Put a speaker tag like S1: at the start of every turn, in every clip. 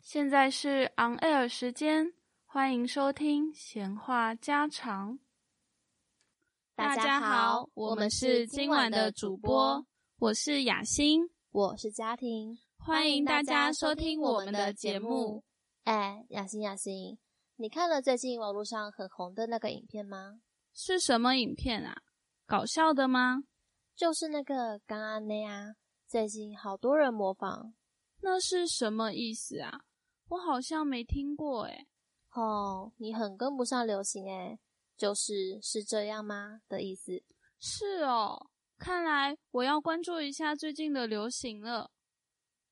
S1: 现在是 on air 时间，欢迎收听闲话家常。
S2: 大家好，我们是今晚的主播，
S1: 我是雅欣，
S2: 我是佳婷，
S1: 欢迎大家收听我们的节目。
S2: 哎，雅欣，雅欣，你看了最近网络上很红的那个影片吗？
S1: 是什么影片啊？搞笑的吗？
S2: 就是那个刚刚那啊，最近好多人模仿。
S1: 那是什么意思啊？我好像没听过哎、
S2: 哦，你很跟不上流行哎，就是是这样吗的意思。
S1: 是哦，看来我要关注一下最近的流行了。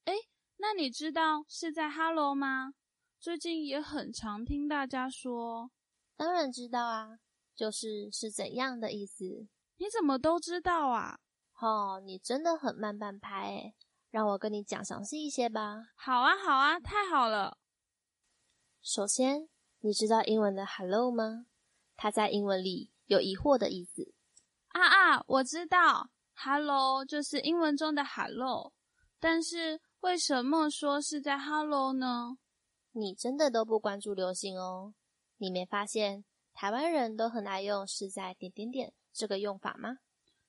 S1: 哎，那你知道是在 Hello 吗？最近也很常听大家说，
S2: 当然知道啊，就是是怎样的意思。
S1: 你怎么都知道啊？
S2: 哦，你真的很慢半拍哎，让我跟你讲详细一些吧。
S1: 好啊，好啊，太好了！
S2: 首先，你知道英文的 hello 吗？它在英文里有疑惑的意思。
S1: 啊啊，我知道，Hello 就是英文中的 Hello，但是为什么说是在 Hello 呢？
S2: 你真的都不关注流行哦？你没发现台湾人都很爱用是在点点点这个用法吗？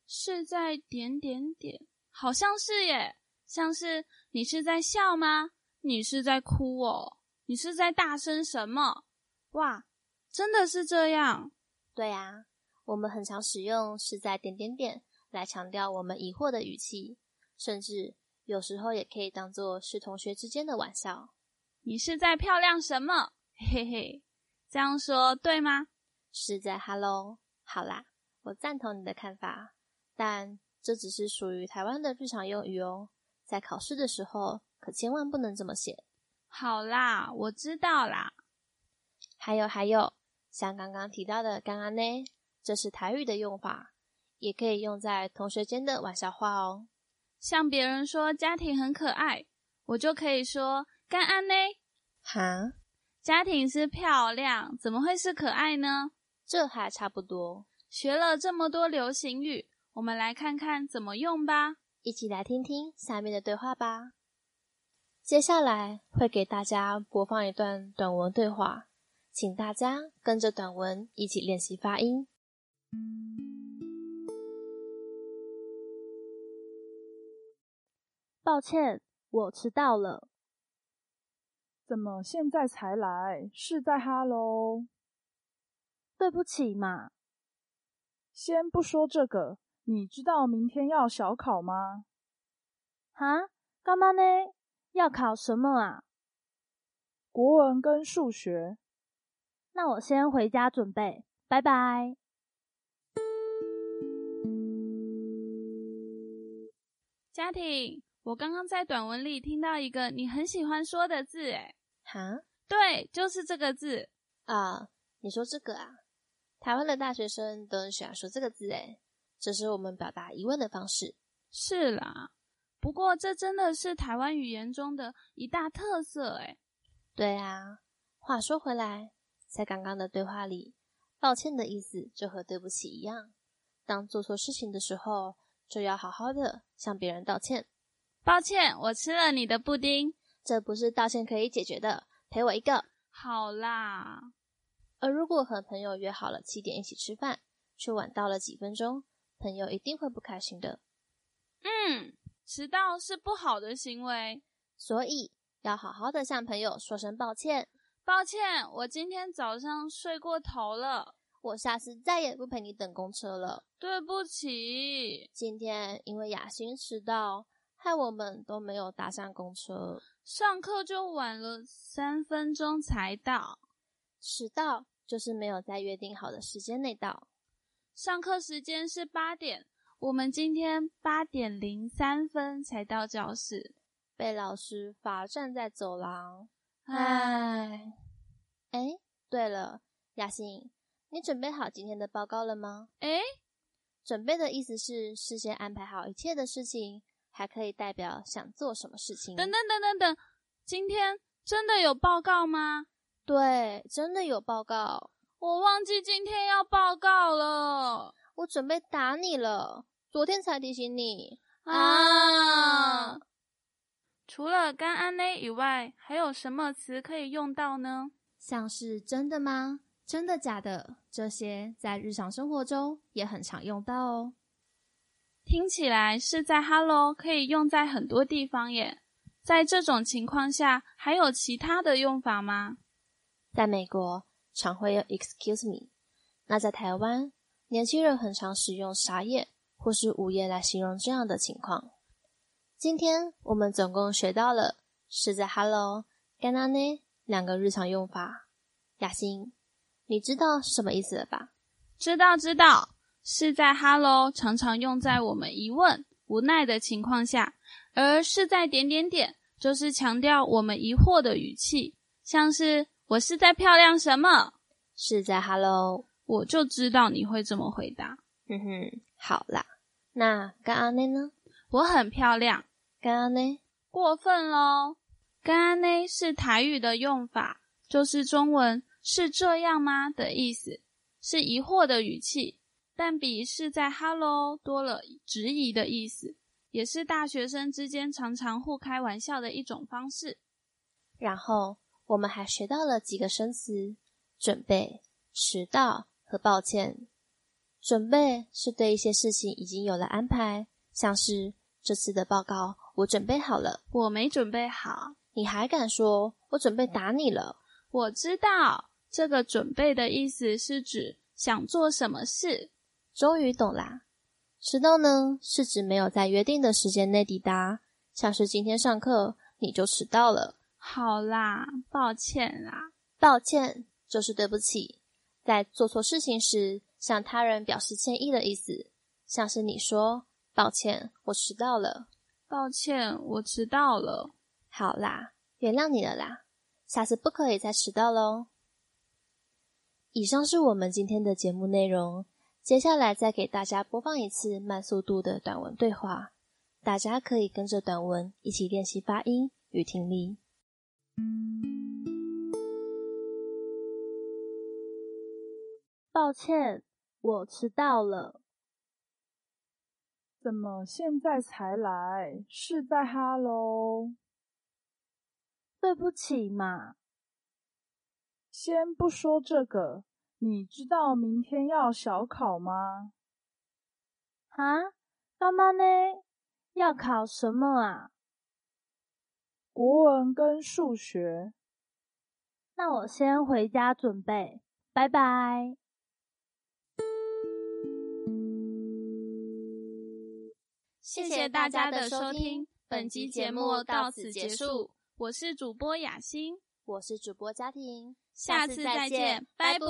S1: 是在点点点，好像是耶，像是你是在笑吗？你是在哭哦？你是在大声什么？哇，真的是这样。
S2: 对啊，我们很常使用是在点点点来强调我们疑惑的语气，甚至有时候也可以当做是同学之间的玩笑。
S1: 你是在漂亮什么？嘿嘿，这样说对吗？
S2: 是在 hello，好啦，我赞同你的看法，但这只是属于台湾的日常用语哦，在考试的时候可千万不能这么写。
S1: 好啦，我知道啦。
S2: 还有还有，像刚刚提到的“刚刚呢”，这是台语的用法，也可以用在同学间的玩笑话哦。
S1: 像别人说家庭很可爱，我就可以说干安呢。
S2: 哈，
S1: 家庭是漂亮，怎么会是可爱呢？
S2: 这还差不多，
S1: 学了这么多流行语，我们来看看怎么用吧。
S2: 一起来听听下面的对话吧。接下来会给大家播放一段短文对话，请大家跟着短文一起练习发音。抱歉，我迟到了。
S3: 怎么现在才来？是在哈喽。
S2: 对不起嘛，
S3: 先不说这个，你知道明天要小考吗？
S2: 哈，干嘛呢？要考什么啊？
S3: 国文跟数学。
S2: 那我先回家准备，拜拜。
S1: 家庭，我刚刚在短文里听到一个你很喜欢说的字，诶，
S2: 哈
S1: 对，就是这个字。
S2: 啊，你说这个啊？台湾的大学生都很喜欢说这个字，诶，这是我们表达疑问的方式。
S1: 是啦，不过这真的是台湾语言中的一大特色，哎诶。
S2: 对啊，话说回来，在刚刚的对话里，抱歉的意思就和对不起一样，当做错事情的时候，就要好好的向别人道歉，
S1: 抱歉，我吃了你的布丁。
S2: 这不是道歉可以解决的，赔我一个。
S1: 好啦，
S2: 而如果和朋友约好了七点一起吃饭，却晚到了几分钟，朋友一定会不开心的。
S1: 嗯，迟到是不好的行为。
S2: 所以要好好的向朋友说声抱歉，
S1: 抱歉，我今天早上睡过头了，
S2: 我下次再也不陪你等公车了。
S1: 对不起。
S2: 今天因为雅欣迟到，害我们都没有搭上公车。
S1: 上课就晚了三分钟才到，
S2: 迟到就是没有在约定好的时间内到。
S1: 上课时间是八点，我们今天八点零三分才到教室。
S2: 被老师罚站在走廊。
S1: 唉，
S2: 哎，对了，雅欣，你准备好今天的报告了吗？
S1: 诶，
S2: 准备的意思是事先安排好一切的事情，还可以代表想做什么事情。
S1: 等等等等等，今天真的有报告吗？
S2: 对，真的有报告，
S1: 我忘记今天要报告了
S2: 我准备打
S1: 哦
S2: 你了，昨天才提醒你。啊
S1: 啊！除了干安嘞以外，还有什么词可以用到呢？
S4: 像是真的吗？真的假的？这些在日常生活中也很常用到哦。
S1: 听起来是在 “hello” 可以用在很多地方耶。在这种情况下，还有其他的用法吗？
S2: 在美国常会用 “excuse me”，那在台湾，年轻人很常使用“傻眼”或是“午夜”来形容这样的情况。今天我们总共学到了是在 “hello”、“干那呢”两个日常用法。雅欣，你知道是什么意思了吧？
S1: 知道，知道，是在 “hello” 常常用在我们疑问、无奈的情况下，而是在点点点就是强调我们疑惑的语气，像是“我是在漂亮什么
S2: 是在 “hello”。”，
S1: 我就知道你会这么回答。
S2: 嗯哼，好啦，那干阿内呢？
S1: 我很漂亮，
S2: 干阿内
S1: 过分喽！干安呢是台语的用法，就是中文“是这样吗”的意思，是疑惑的语气，但比是在 “hello” 多了质疑的意思，也是大学生之间常常互开玩笑的一种方式。
S2: 然后我们还学到了几个生词：准备、迟到和抱歉。准备是对一些事情已经有了安排，像是这次的报告我准备好了，
S1: 我没准备好，
S2: 你还敢说我准备打你了？
S1: 我知道这个“准备”的意思是指想做什么事，
S2: 终于懂啦。迟到呢，是指没有在约定的时间内抵达，像是今天上课你就迟到了。
S1: 好啦，抱歉啦，
S2: 抱歉就是对不起，在做错事情时向他人表示歉意的意思，像是你说抱歉，我迟到了，
S1: 抱歉，我迟到了。
S2: 好啦，原谅你了啦，下次不可以再迟到喽。以上是我们今天的节目内容，接下来再给大家播放一次慢速度的短文对话，大家可以跟着短文一起练习发音与听力。
S5: 抱歉，我迟到了。
S3: 怎么现在才来？是在哈喽？
S5: 对不起嘛，
S3: 先不说这个，你知道明天要小考吗？
S5: 啊，妈妈呢？要考什么啊？
S3: 国文跟数学。
S5: 那我先回家准备，拜拜。
S1: 谢谢大家的收听，本集节目到此结束。我是主播雅欣，
S2: 我是主播家庭，
S1: 下次再见，拜拜。